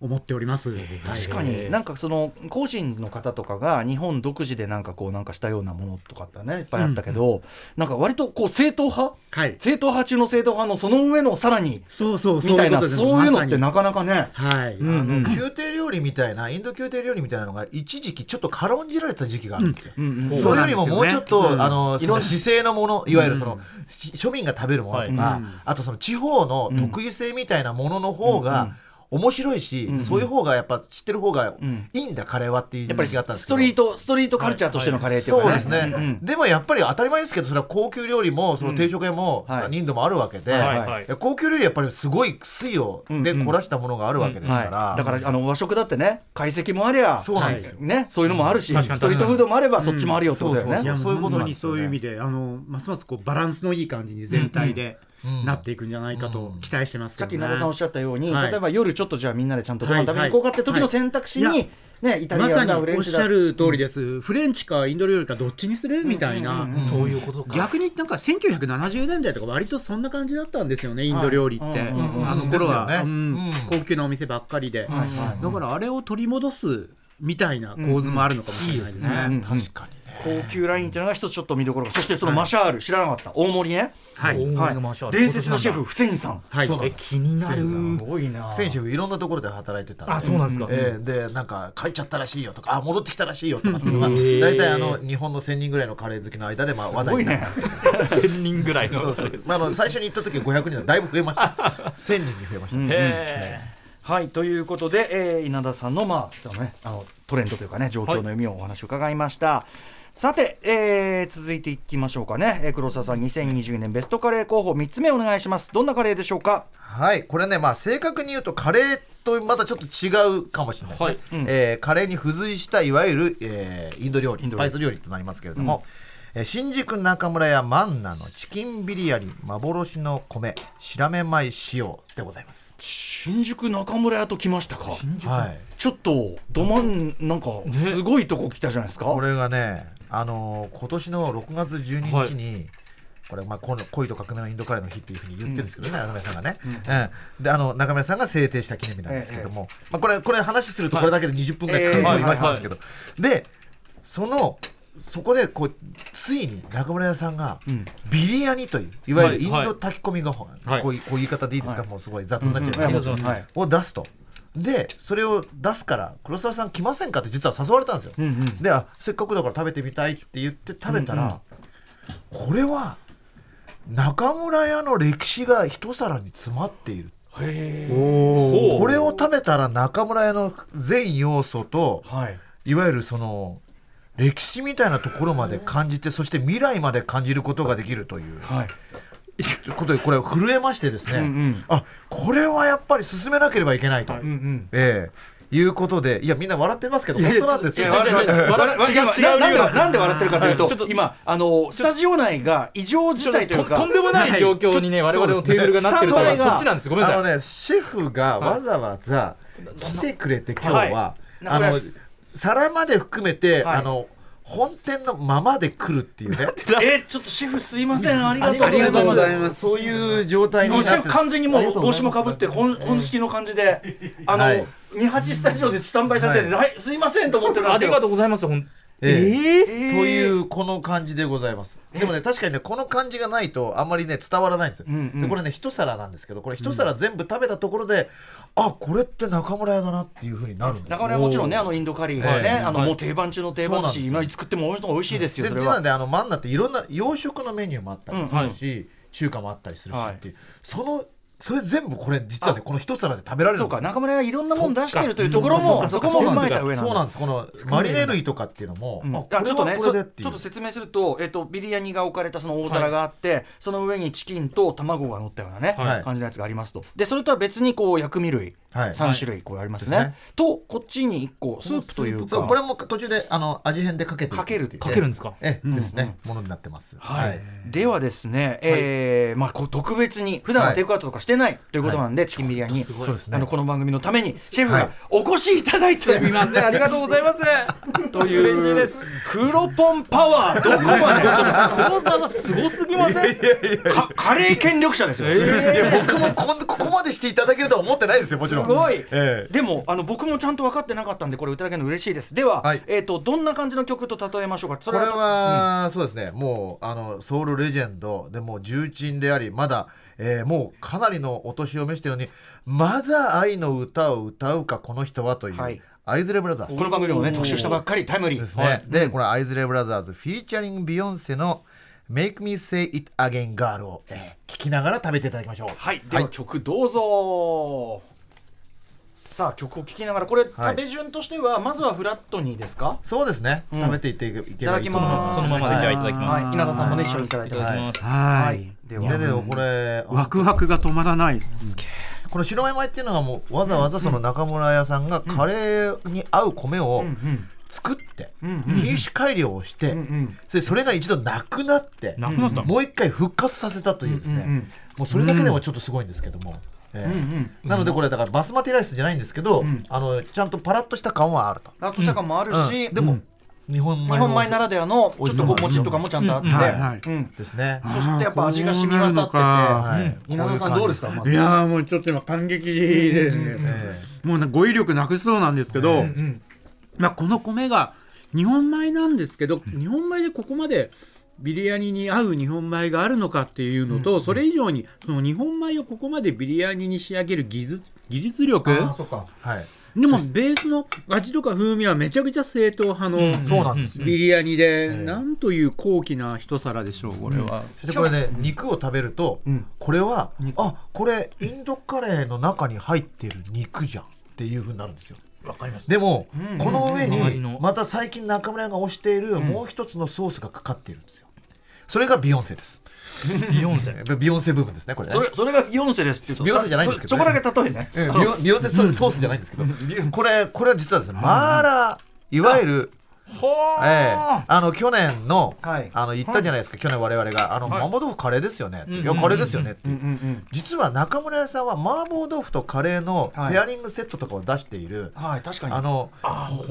思っております。はい
確かに、なんかその個人の方とかが日本独自でなんかこうなんかしたようなものとかってねいっぱいあったけど、なんか割とこう正統派、
はい
正統派中の正統派のその上のさらに
そうそう
みたいな
ことです
そういうのって
ま
なかなかね、
さにはい、
あの宮廷料理みたいなインド宮廷料理みたいなのが一時期ちょっと軽んじられた時期があるんですよ、
うん
それよりももうちょっと、
うん
あの
い
そ
ろんな
の姿勢のものいわゆるその、し庶民が食べるものとか、
はいうん
あとその地方の特異性みたいなものの方が面白いし、そういう方がやっぱ知ってる方がいいんだ、カレーはっていう
やっぱり
時期があったんで
ス
すけど
トリートストリートカルチャーとしてのカレーっていう
そう
かね。
ですね、でもやっぱり当たり前ですけどそれは高級料理もその定食屋も
うんはい
人度もあるわけで、
はい
はい
高級料理はやっぱりすごい水をで凝らしたものがあるわけですから、
はい、だからあの和食だってね懐石もありゃ
そうなんですよ、
ね、そういうのもあるし、
うん確かに
ストリートフードもあればそっちもあるよってことだよね、
うんそうそう
いや
そういうことな
本当
ん
に
です
そ
よね
ういう意味であのますますこうバランスのいい感じに全体でなっていくんじゃないかと期待してますけ
さっ
ど、ね
き奈良さんおっしゃったように、
はい
例えば夜ちょっとじゃあみんなでちゃんとご飯
はい
食べに行こうかって時
は
の
い
選択肢に、
い
ね、イタリ
ま
ア
さ
ン
に
だフレ
お
ン
っ
チ
し
だ
ゃる通りです、フレンチかインド料理かどっちにするみたいな、
そういうことか。
逆になんか1970年代とか割とそんな感じだったんですよねインド料理って、
はいうん
あの頃は、
ですよね
うん
うん
高級なお店ばっかりで、
いはい
だからあれを取り戻すみたいな構図もあるのかもしれないですね。
うんうん
確かにね
高級ラインっていうのが一つちょっと見どころがそしてそのマシャール、知らなかった大盛りね、
はい
はい
マシャー、ル
伝説のシェフフセインさん
はい
え気になる。
すごいな
選手いろんなところで働いてたんで
あそうなんですか
ええでなんか帰っちゃったらしいよとかあ戻ってきたらしいよとかっていうのが
うんへえ
大体あの日本の1000人ぐらいのカレー好きの間でまあ話
す
題
ごい
にな
ね
る
1000人ぐらいの。
そうそうまああの最初に行った時は500人だだいぶ増えました1000人に増えました、
へー
はいということで、えー稲田さんの,、まああのね、あのトレンドというかね状況の読みをお話を伺いました、さて、えー続いていきましょうかね、えー黒沢さん2020年ベストカレー候補3つ目お願いしますどんなカレーでしょうか
はいこれねまあ正確に言うとカレーとまたちょっと違うかもしれないですね、
はい
えーカレーに付随したいわゆる、えーインド料理スパイス料理となりますけれども、えー新宿中村屋マンナのチキンビリヤリ幻の米白目米塩でございます
新宿中村屋と来ましたか
はい
ちょっとど真んなんかすごいとこ来たじゃないですか、
これがね、あのー今年の6月12日に、これ、まあ、この恋と革命のインドカレーの日っていうふうに言ってるんですけどね、中村さんがね、うんであの中村さんが制定した記念日なんですけども、まあ、これこれ話するとこれだけで20分ぐらいかかると
はい
言われますけど、でそのそこでこうついに中村屋さんがビリヤニといういわゆるイン
はいは
ド
い
炊き込みご飯、
はい
こういうこういう言い方でいいですか、もうすごい雑になっちゃいます
は
けど、
い
りがとうございます
はい
を出すと。でそれを出すから黒沢さん来ませんかって実は誘われたんですよ、であせっかくだから食べてみたいって言って食べたら、これは中村屋の歴史が一皿に詰まっているこれを食べたら中村屋の全要素と
はい
いわゆるその歴史みたいなところまで感じてそして未来まで感じることができるという
はい
ことでこれ震えましてですね、あこれはやっぱり進めなければいけないと、ええいうことでいやみんな笑ってますけど本当なんです
い
よ
や笑
違う違う違
[LAUGHS]
う
笑違う
違う
ななんで
違う理由
なんで笑ってるかというと、
はいちょっと
今あのスタジオ内が異常事態というか
とんでもない状況にね、我々のテーブルがなってるから、そっちなんです。ごめんな
あ
さ
の
い。
ねシェフがわざわざ来てくれて今日は、
はい
あ
名
の
古屋
皿まで含めて、
はい
あの本店のままで来るっていうね
えちょっとシェフすいません [LAUGHS] ありがとう
ありがとうございます
そういう状態に
も
な
う
って
シェフ完全にも
あり
う
がとご
帽
ざ
子
い
も
ます
かぶって本本式の感じであの、
はい
28スタジオでスタンバイされてて、はい、すいませんと思ってるんで
あ
すけ
り
ど
がとうございます。ほん
ええ
え
と
ー
いうこの感じでございます。でもね確かにねこの感じがないとあんまりね伝わらないんですよ。でこれね一皿なんですけどこれ一皿全部食べたところで、あこれって中村屋だなっていうふうになるんですよ。
中村はもちろんねあのインドカリーがね、あのもう定番中の定番だし
そうなん
今作っても美味しいですよ
で
それ
実
は
はねあのマンナっていろんな洋食のメニューもあったりするし、中華もあったりするし
はい
っていう、そのそれ全部これ実はねこの一皿で食べられる
そ
ん
う
です
か
よ
中村屋いろんなもん出してるというところも
そ
そ
っか
こ
そっ
も
か
踏まえた上なん
そう
だ
なんですこのマリネ類とかっていうのも、
うん
あ
あちょっとね
こ
そちょ
れはこれでっていう
っと説明すると、えっと、ビリヤニが置かれたその大皿があって、その上にチキンと卵が乗ったようなね、
はい
感じのやつがありますとでそれとは別にこう薬味類、
はい
三3種類これありますね,、
はい
とこっちに1個スープという
そ
か
うこれも途中であの味変でかけていく
かける
っていう
かけるんですか
ええですね、ものになってます
はいではですね、えーまあ、こう特別に普段はテイクアウトとかしてないということなんで、チキンビリヤニ、
ごいそうですね
あのこの番組のためにシェフ
は
が
い
お越しいただいて、
すいませんありがとうございますという嬉しいです
黒ポンパワーどこま [LAUGHS] で
黒沢すごすぎません
かカレー権力者ですよ、
いや僕もこん [LAUGHS] ここまでしていただけるとは思ってないですよもちろん
すごい
ええ
でもあの僕もちゃんと分かってなかったんでこれ歌だけの嬉しいですでは、
はい
えー、とどんな感じの曲と例えましょうかそ
これ
と
は、そうですねもうあのソウルレジェンドでもう重鎮でありまだ、えーもうかなりのお年を召してるのにまだ愛の歌を歌うかこの人はという、
はい
アイズレブラザーズ
この番組でもね特集したばっかりタイムリー
ですね、で、このアイズレブラザーズフィーチャリングビヨンセの「Make Me Say It Again Girl を」えー聞きながら食べていただきましょう
はい、では曲どうぞ、さあ曲を聴きながらこれ、
はい
食べ順としてはまずはフラットにですか
そうですね、
ん
食べていっていけばいい
いただき
そ
ます
そのままでじゃあいただき
はい
ます
稲田さんもね一緒にいただい
い
て
ただ
ます
きます
は
はい
い。
で
いや
は
でもこれ
ワクワクが止まらないです。
この白米米っていうのはもうわざわざその中村屋さんがカレーに合う米を作って品種改良をしてそれでそれが一度なくなって
なくなった
もう一回復活させたというですねもうそれだけでもちょっとすごいんですけども。ええなのでこれだからバスマティライスじゃないんですけど、あのちゃんとパラッとした感はあると、
ラットした感もあるし、
うんでも日本米
日本米な
ら
らではのちょっとこうもちっとかもちゃんとあって、
うん
はいはい
うん
ですね、
そしてやっぱ味が染み
あーこ
渡
うな
って
るの
て、
か
はい
うん稲田さんどうですかま
い
ず
やーもうちょっと今感激ですね。
ええ
もうなんか語彙力なくしそうなんですけど、まあこの米が日本米なんですけど、日本米でここまでビリヤニに合う日本米があるのかっていうのと、それ以上にその日本米をここまでビリヤニに仕上げる技術技術力
あそうか
はい、
でもベースの味とか風味はめちゃくちゃ正統派の
そうなんですよ
ビリヤニで、なんという高貴な一皿でしょうこれは。
でこれね肉を食べると、
ん
これはあこれインドカレーの中に入ってる肉じゃんっていうふうになるんですよ
わかりまし
でも、この上
周りの
にまた最近中村屋が推しているもう一つのソースがかかっているんですよそれがビヨンセです
たビヨンセ
[LAUGHS] ビヨンセ部分ですねこれね
それそれがビヨンセですって言うと
ビヨンセじゃないんですけ
そ
どね
こだけ例えね
うんビヨンビヨンセソースソースじゃないんですけどこれこれは実はですねマーラーいわゆる
ほー
ええあの去年の,、
はい
あの言ったじゃないですか、去年我々が「あの麻婆豆腐カレーですよね」っていやカレーですよね」って、実は中村屋さんは麻婆豆腐とカレーのペアリングセットとかを出している、
はい確かに
あの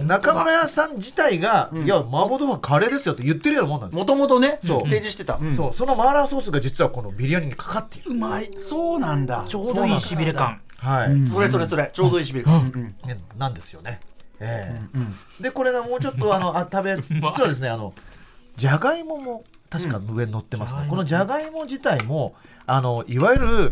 中村屋さん自体が「いや麻婆豆腐はカレーですよ」って言ってるようなもんなんです
も
よ、
ともとね
そう
提示してた、
そうそのマーラーソースが実はこのビリヤニにかかっている、
うまいそうなんだ
ちょうどいいしびれ感
はい
それそれそれちょうどいいしびれ
ねなんですよね、ええでこれがもうちょっとあのあ食べ実はですねあのじゃがいもも確か上に乗ってますね、このじゃがいも自体もあのいわゆる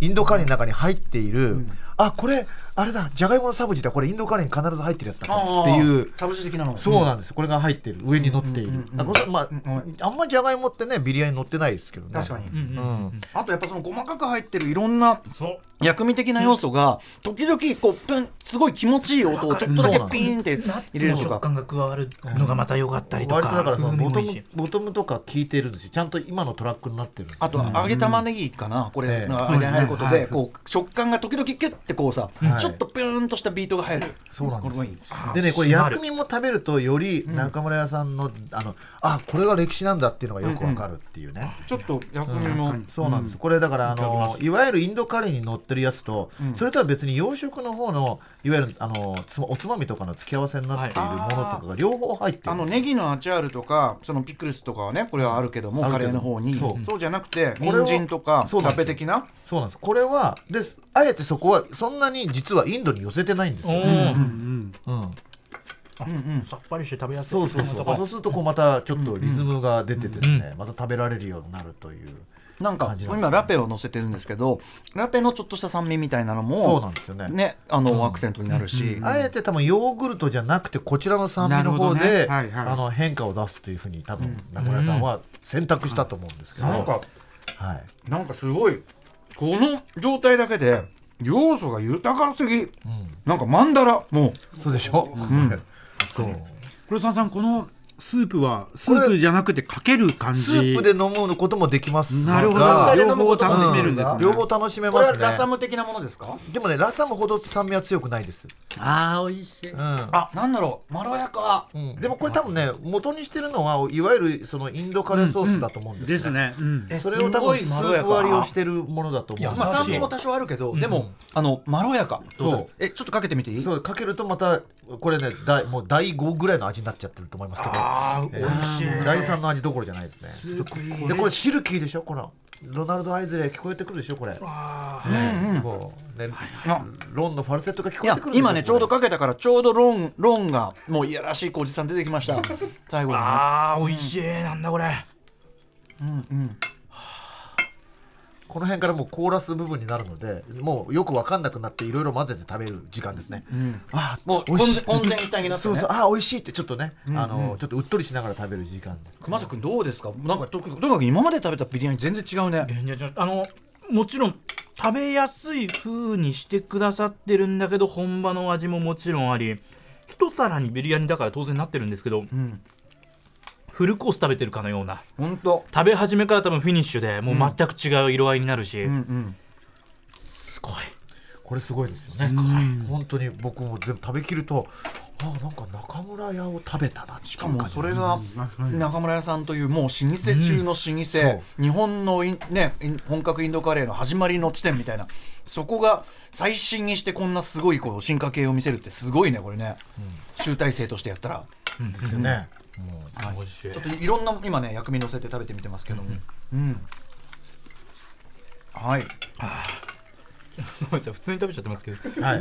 インドカレーの中に入っている、あこれあれだじゃがいものサブ自体これインドカレーに必ず入ってるやつだからっていう
サブジ的なの
そうなんですこれが入ってる上に乗っている、あこれま
ん
あ、あんまじゃがいもってねビリヤに乗ってないですけどね
確かに、
うん、
あとやっぱその細かく入ってるいろんな
そう
薬味的な要素が時々こうプンすごい気持ちいい音をちょっとだけピーンって
ナッ
入
ツ
れ
の
ると
食
か
感が加わるのがまた良かったりとか
割とだからその
風味
ボ
も
ト
いい
ム
し
ボトムとか効いてるんですよちゃんと今のトラックになってるんですよ
あと揚げ玉ねぎかな、これ、
ええ
なんか間に入ること
はい
で、こう食感が時々キュッてこうさ、
はい
ちょっとピューンとしたビートが入る。
そうなんです
こ
よ
れもいい。
でねこれ
締まる
薬味も食べるとより中村屋さんの、あのあこれが歴史なんだっていうのがよくわかるっていうね、
ちょっと薬味も、
そうなんです、これだからあのいわゆるインドカレーに乗ってるやつと、それとは別に洋食の方のいわゆるあのつまおつまみとかの付き合わせになっているものとかが両方入って
あ
る
のネギのアチャールとか、そのピクルスとかはね、これはあるけども、
ある
カ
け
レ
ど
ーの方に、そ
そうう
じゃなくて、
これを
人参とか、
そう
キ
なん
ャ
です
ペ
よ
的な。
そうなんですこれはですあえてそこはそんなに実はインドに寄せてないんです
お
よ、
ー
うん、
さっぱりして食べやすい
そうそうそうそうするとこうまたちょっとリズムが出てですね、また食べられるようになるという
なんか
感じなんですね
今ラペを乗せてるんですけど、ラペのちょっとした酸味みたいなのも、
そうなんですよね
ね、あのアクセントになるし、
あえて多分ヨーグルトじゃなくてこちらの酸味の方
なる
で、
ほどねはいはい
あの変化を出すというふうに多分中村さんは選択したと思うんですけど、
なんか
はい、
なんかすごいこの状態だけで要素が豊かすぎ、なんかマンダラも
そうでしょ、うそう
黒沢さんこのスープはスープじゃなくてかける感じ
スープで飲むこともできますが
なるほど
あ
両方楽しめるんですね、
うん両方楽しめ
うこ
ま
れは
す
ラサ
ね
ム的なものですか
でもねラサムほど酸味は強くないです、
ああ美味しい
うん
あなんだろうまろやか
うんでもこれ多分ね元にしてるのはいわゆるそのインドカレーソースだと思うん
で
です
す
ね、
ね、うん、
え
それを多分スープ割りをしてるものだと思うん
まあ、酸
で
味
す
も多少あるけど、でも、あの、まろやか。
そう
え、ちょっとかけてみていい。
そうかけるとまたこれね大もう第5ぐらいの味になっちゃってると思いますけど
あ、美味しい。
第3の味どころじゃないですねでこれシルキーでしょこのロナルド・アイズレイ聞こえてくるでしょこれねこうね
あ
ロンのファルセットが聞こ
い
え
や
てくるんですよ
今ねちょうどかけたからちょうどロンロンがもういやらしいおじさん出てきました最後にね
あー美味しいなんだこれ
この辺からもうコーラス部分になるのでもうよく分かんなくなっていろいろ混ぜて食べる時間ですね、ああ
もう
美味しい
混然混然一体になってね
そうそうああ美味しいってちょっとね、あのちょっとうっとりしながら食べる時間です
熊瀬君どうですかなんかととにかく今まで食べたビリヤニ全然違うね
いやちょあのもちろん食べやすい風にしてくださってるんだけど本場の味ももちろんあり一皿にビリヤニだから当然なってるんですけど、フルコース食べてるかのような
本当
食べ始めから多分フィニッシュでもう全く違う色合いになるし、すごい
これすごいですよね本当に僕も全部食べきるとああなんか中村屋を食べたなし
しかもそれが中村屋さんというもう老舗中の老舗、日本のインね、イン本格インドカレーの始まりの地点みたいなそこが最新にしてこんなすごいこう進化系を見せるってすごいねこれね、集大成としてやったら
ですよね、もう
美味しい
ちょっといろんな今ね薬味乗せて食べてみてますけども、うんはい
ごめんなさい普通に食べちゃってますけど
はい、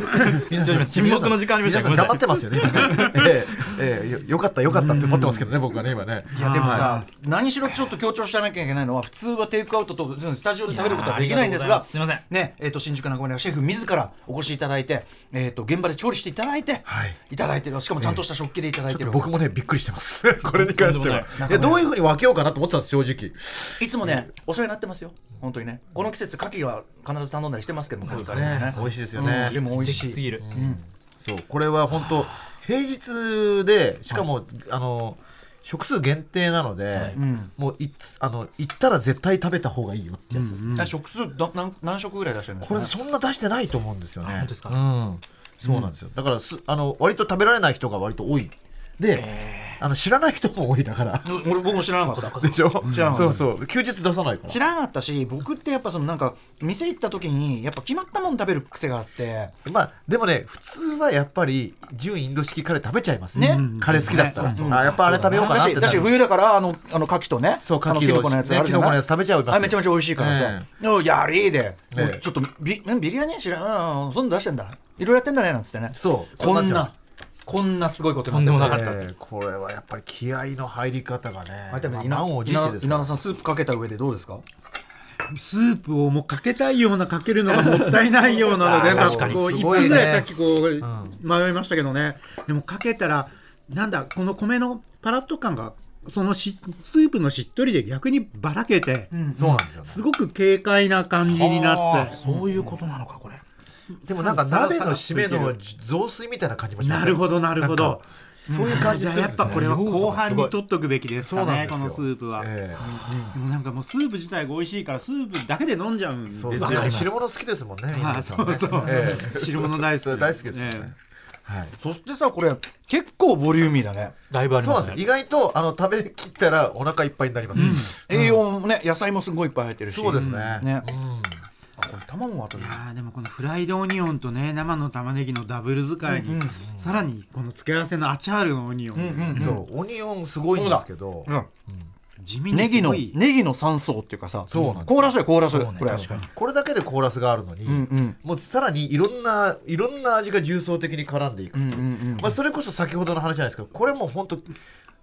沈黙の時間ありましたご
皆さん
めんなさ
黙
い
ってますよね。今 [LAUGHS] ねええええよよかったよかったって思ってますけどね、僕はね今ね。
いやでもさ何しろちょっと強調してなきゃいけないのは普通はテイクアウトとスタジオで食べることはできないんです
いや
が
ーありがとうございますすいません
ねえー、と新宿中村屋シェフ自らお越しいただいて、えー、と現場で調理していただいて、
はい
いただいてるしかもちゃんとした食器でいただいてる、
僕もねびっくりしてます。 [LAUGHS] これに関しては
とんでも。
いやどういうふうに分けようかなと思ってたんです正直。
いつもねお世話になってますよ本当にねこの季節牡蠣は必ず頼んだりしてますけども牡蠣カレーもね
美味しいですよ
う
ね
んで。も美味
素敵す
しい
ぎる、
そうこれは本当平日でしかも、あの食数限定なので、もういつあの行ったら絶対食べた方がいいよってやつですね。
あ食数ど何何食ぐらい出してるんです
こ
か、
れ
ね、
そんな出してないと思うんですよね。
本当ですか
うん、そうなんですよ。だからすあの割と食べられない人が割と多い。で、あの知らない人も多いだから。
うん俺僕も知らなかった
でしょ。
知らなかった
そうそう。休日出さないから。
知らなかったし僕ってやっぱそのなんか店行った時にやっぱ決まったもん食べる癖があって
まあでもね普通はやっぱり純インド式カレー食べちゃいます
ね
ね。カレー好きだったら、あやっぱあれ食べようかな
だ
っ
して
な
だし
る。
冬だからあのあの牡蠣とね
そう牡蠣
あのキノコのやつあるじゃない
ねキノコのやつ食べちゃいますよ
あめちゃめちゃ美味しいからさ
え
でもやりーで
ええ
もうちょっとビビリヤニ知らんうんそんなの出してんだいろいろやってんだねなんつってね
そう
こ
そ
ん
うなっ
な
て
こんなすごいこと
とんでもな
っ
かった、
えーこれはやっぱり気合の入り方がね。
て
ま
ま
あ
す
満を持してです
稲
ね
田さんスープかけた上でどうですか
スープをもうかけたいようなかけるのがもったいないようなの
[LAUGHS]
でなん
確
か
かに
こう
す
1
ごいね
分ぐらいさっきこう迷いましたけどねでもかけたらなんだこの米のパラッと感がそのしスープのしっとりで逆にばらけて
そうなんですよね、
すごく軽快な感じになっ
あー
て
そういうことなのかこれ、
でもなんか鍋の締めの雑炊みたいな感じもします
なるほどなるほど
そういう感じ
じゃ
す
あ
るんで
やっ
すね
ぱこれは後半に取っとくべきです
そうな
か
んです
ねこ
よ
のスープは、
ええ
でもなんかもうスープ自体が美味しいからスープだけで飲んじゃうんです
そ
よ
うで
ね
すね汁物好きですもんね
は
皆
い
さ
そ
んね
うそう、
え
汁物大好
え
き
大好きですよね
ええ
はい
そしてさこれ結構ボリューミーだね
だいぶあり
そうな
ます
んで
ね
すよ意外とあの食べきったらお腹いっぱいになります、
栄養もね野菜もすごいいっぱい入ってるし
そうですね
ねあこれ卵もあったね
あーでもこのフライドオニオンとね生の玉ねぎのダブル使いに、さらにこの付け合わせのアチャールのオニオン、
うんそうオニオンすごいんですけど
うん
地味
ネ
に
ギ
す
の
ごい
ネギの三層っていうかさ
そうなんです
凍らせ凍らせこれ
これだけでコーラスがあるのに、
うん
もうさらにいろんないろんな味が重層的に絡んでいくっていう、まあ、それこそ先ほどの話じゃないですけどこれもう本当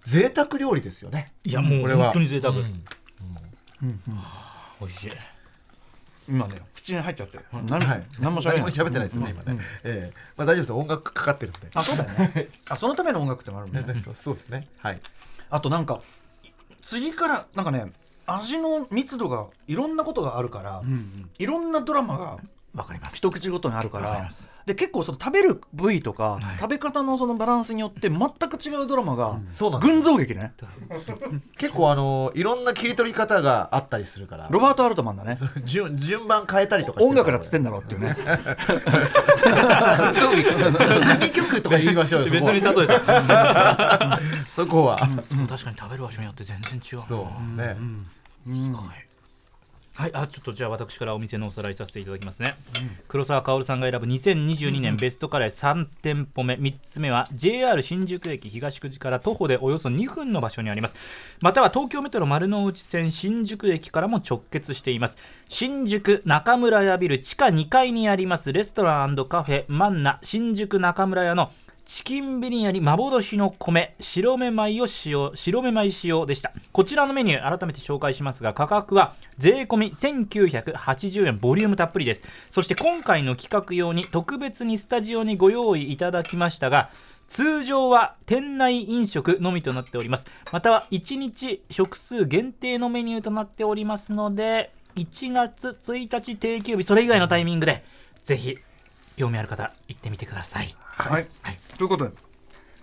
贅沢料理ですよね
いやもう
これは
本当に贅沢、うん美味しい
今ね口に入っちゃってる何
はい、
何も喋
何も喋ってないですよね、今ね、ええまあ、大丈夫です音楽かかってるんで
あそうだよね [LAUGHS] あそのための音楽ってのもあるもんね
そうそうですねはい
あとなんか次からなんかね味の密度がいろんなことがあるから、いろんなドラマが
わかります
一口ごとにあるか
わかり
ら
ます
で結構その食べる部位とか、
はい
食べ方のそのバランスによって全く違うドラマが、
そうなんです
群像劇ね
結構あのいろんな切り取り方があったりするから
ロバート・アルトマンだね
[LAUGHS] 順順番変えたりとか
音楽だっつって
ん
んだろうっていうね
神曲とか言いましょうよ
別に例えた
[LAUGHS] そこは
そう確かに食べる場所によって全然違うな
そうね
はい、あちょっとじゃあ私からお店のおさらいさせていただきますね、黒沢薫さんが選ぶ2022年ベストカレー3店舗目3つ目は JR 新宿駅東口から徒歩でおよそ2分の場所にありますまたは東京メトロ丸の内線新宿駅からも直結しています新宿中村屋ビル地下2階にありますレストランカフェマンナ新宿中村屋のチキンビリヤに幻の米白め米を使用白め米使用でしたこちらのメニュー改めて紹介しますが価格は税込み1980円ボリュームたっぷりですそして今回の企画用に特別にスタジオにご用意いただきましたが通常は店内飲食のみとなっておりますまたは1日食数限定のメニューとなっておりますので1月1日定休日それ以外のタイミングでぜひ興味ある方行ってみてください
はい、
はい
ということで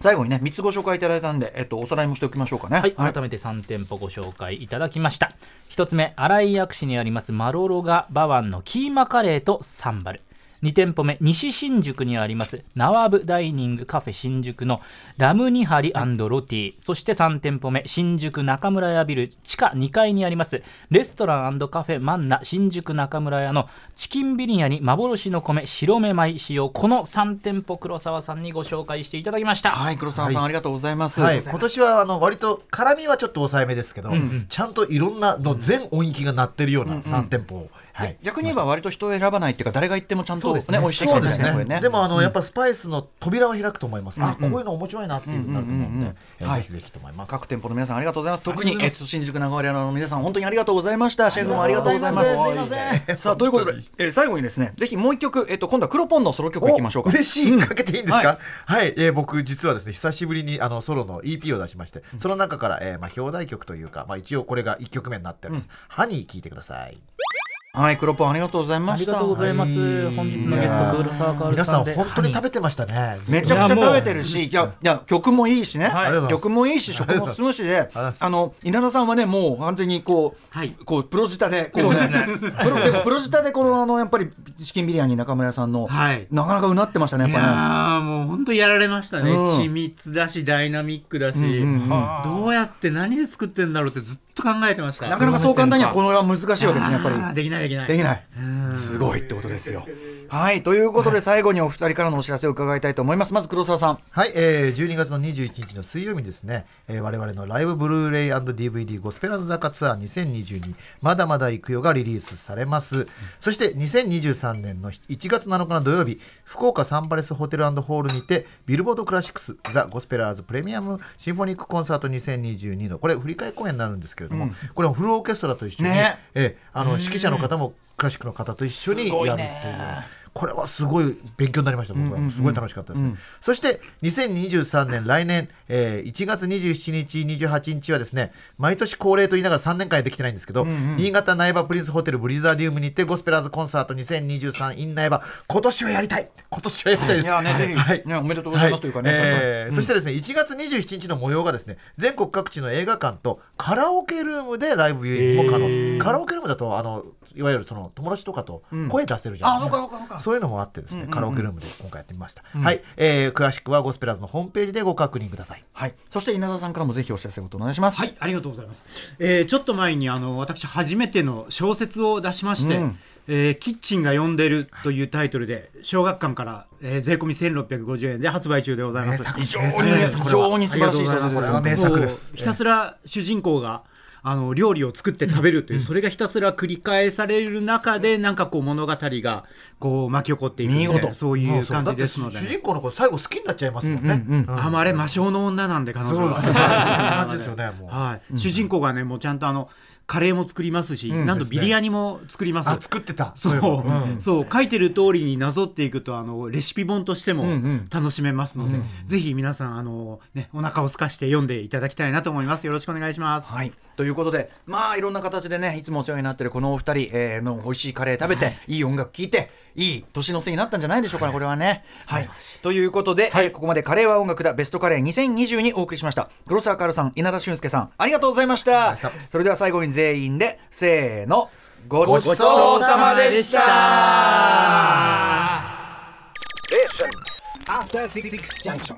最後にね3つご紹介いただいたんで、えっと、おさらいもしておきましょうかね
はい、改めて3店舗ご紹介いただきました1つ目新井薬師にありますマロロガバワンのキーマカレーとサンバル2店舗目西新宿にありますナワブダイニングカフェ新宿のラムニハリロティそして3店舗目新宿中村屋ビル地下2階にありますレストランカフェマンナ新宿中村屋のチキンビリヤに幻の米白め米使用この3店舗黒沢さんにご紹介していただきました、
はい黒沢さん、
はい
ありがとうございます、
はい、今年はあの割と辛みはちょっと抑えめですけど、ちゃんといろんなの全音域が鳴ってるような3店舗を、はい、
逆に言えば割と人を選ばないっていうか誰が行ってもちゃんとね美味しい
そう
感
で
じですすね
ね
これね
でもあの、やっぱスパイスの扉は開くと思います、あこういうの面白いなっていうふうになると思うんで、えー
はい
ぜひぜひと思います、
各店舗の皆さんありがとうございます特にえっと新宿長原の皆さん本当にありがとうございましたシェフもありがとうございますさあということで、えー最後にですねぜひもう一曲、えっと、今度は黒ポンのソロ曲いきましょうか
嬉しい、かけていいんですか、はいえー僕実はですね久しぶりにあのソロの EP を出しましてその中から、えーまあ、表題曲というか、まあ、一応これが1曲目になっております「ハニー聴いてください
はい黒ポンありがとうございま
あり
した
がとうございます。
はい
本日のゲスト、黒沢かおる
皆さ
さ
ん
んで。
本当に食べてましたね
めちゃくちゃ食べてるし、いや、いや、曲もいいしね、
はい
ありがとうございます
曲もいいし、食も進むしで、
がとうござい
あ
ます
の、稲田さんはね、もう完全にこう、
はい
こう、プロ舌で、こうね、プ [LAUGHS] ロ、でもプロ舌で、この、あの、やっぱり、チキンビリヤニ中村屋さんの、
はい
なかなかうなってましたね、やっ
い
ぱ
やーもう本当やられましたね、
うん
緻密だしダイナミックだし、
んうん
どうやって何で作ってんだろうってずっと考えてました
ね。なかなかそう簡単には、これは難しいわけですね、やっぱり
あー。できないできない
できない。すごいってことですよ。はい、ということで、最後にお二人からのお知らせを伺いたいと思います。まず黒沢さん。
はい、えー、12月の21日の水曜日にですね、えー、我々のライブブルーレイ &DVD ゴスペラーズ坂ツアー2022まだまだ行くよがリリースされます、そして2023年の1月7日の土曜日福岡サンパレスホテルホールにてビルボードクラシックスザ・ゴスペラーズプレミアムシンフォニックコンサート2022のこれ振り替え公演になるんですけれども、これはフルオーケストラと一緒に、
ね
えーあの指揮者の方もクラシックの方と一緒にやるっていう。これはすごい勉強になりました、僕は。すごい楽しかったですね。そして、2023年、来年、えー1月27日、28日はですね、毎年恒例と言いながら3年間やってきてないんですけど、新潟苗場プリンスホテルブリザーディウムにて、ゴスペラーズコンサート 2023in 苗場、今年はやりたい今年はやりたいです。
いやねぜひ
はい
ねおめでとうございますというかね
はえーそしてですね、1月27日の模様がですね、全国各地の映画館とカラオケルームでライブビューイングも可能。カラオケルームだと、あの、いわゆるその友達とかと声出せるじゃないですか。そういうのもあってですね、カラオケルームで今回やってみました。はい、えー、詳しくはゴスペラーズのホームページでご確認ください。
はい、そして稲田さんからもぜひお知らせをお願いします。
はい、ありがとうございます。えーちょっと前にあの私初めての小説を出しまして、
うん
えーキッチンが呼んでるというタイトルで小学館から、えー税込み1650円で発売中でございます。
非常
名作
に
で
ね
す
非
これは
常に素晴らしい小説です
これは名作です
もうひたすら主人公があの料理を作って食べるという、それがひたすら繰り返される中でなんかこう物語がこう巻き起こっていくみたい
見
な
事
そうい
も
う
そ
感
だっ
じ
て
ですの
主
で、
人公の子最後好きになっちゃいますもんね。うん
あまああれ魔性の女なんで彼女
そう
は
ですよね。感じですよね、もう。
はい、主人公がねもうちゃんとあのカレーも作りますし、
うん
なんと
ですね
ビリヤニも作ります
あ作ってた
そう
いえば
そう書いてる通りになぞっていくとあのレシピ本としても
うんうん
楽しめますので、ぜひ皆さんあの、ね、お腹を空かして読んでいただきたいなと思いますよろしくお願いします、
はい、ということで、まあ、いろんな形でね、いつもお世話になってるこのお二人、えーの美味しいカレー食べて、い、い音楽聴いて、いい年の瀬になったんじゃないでしょうかね、これはね。はい、ということで、えーここまでカレーは音楽だ、ベストカレー2020にお送りしました。黒沢カールさん、稲田俊介さん、ありがとうございました。それでは最後に全員で、せーの、ごちそうさまでした。
Station. After Six Junction.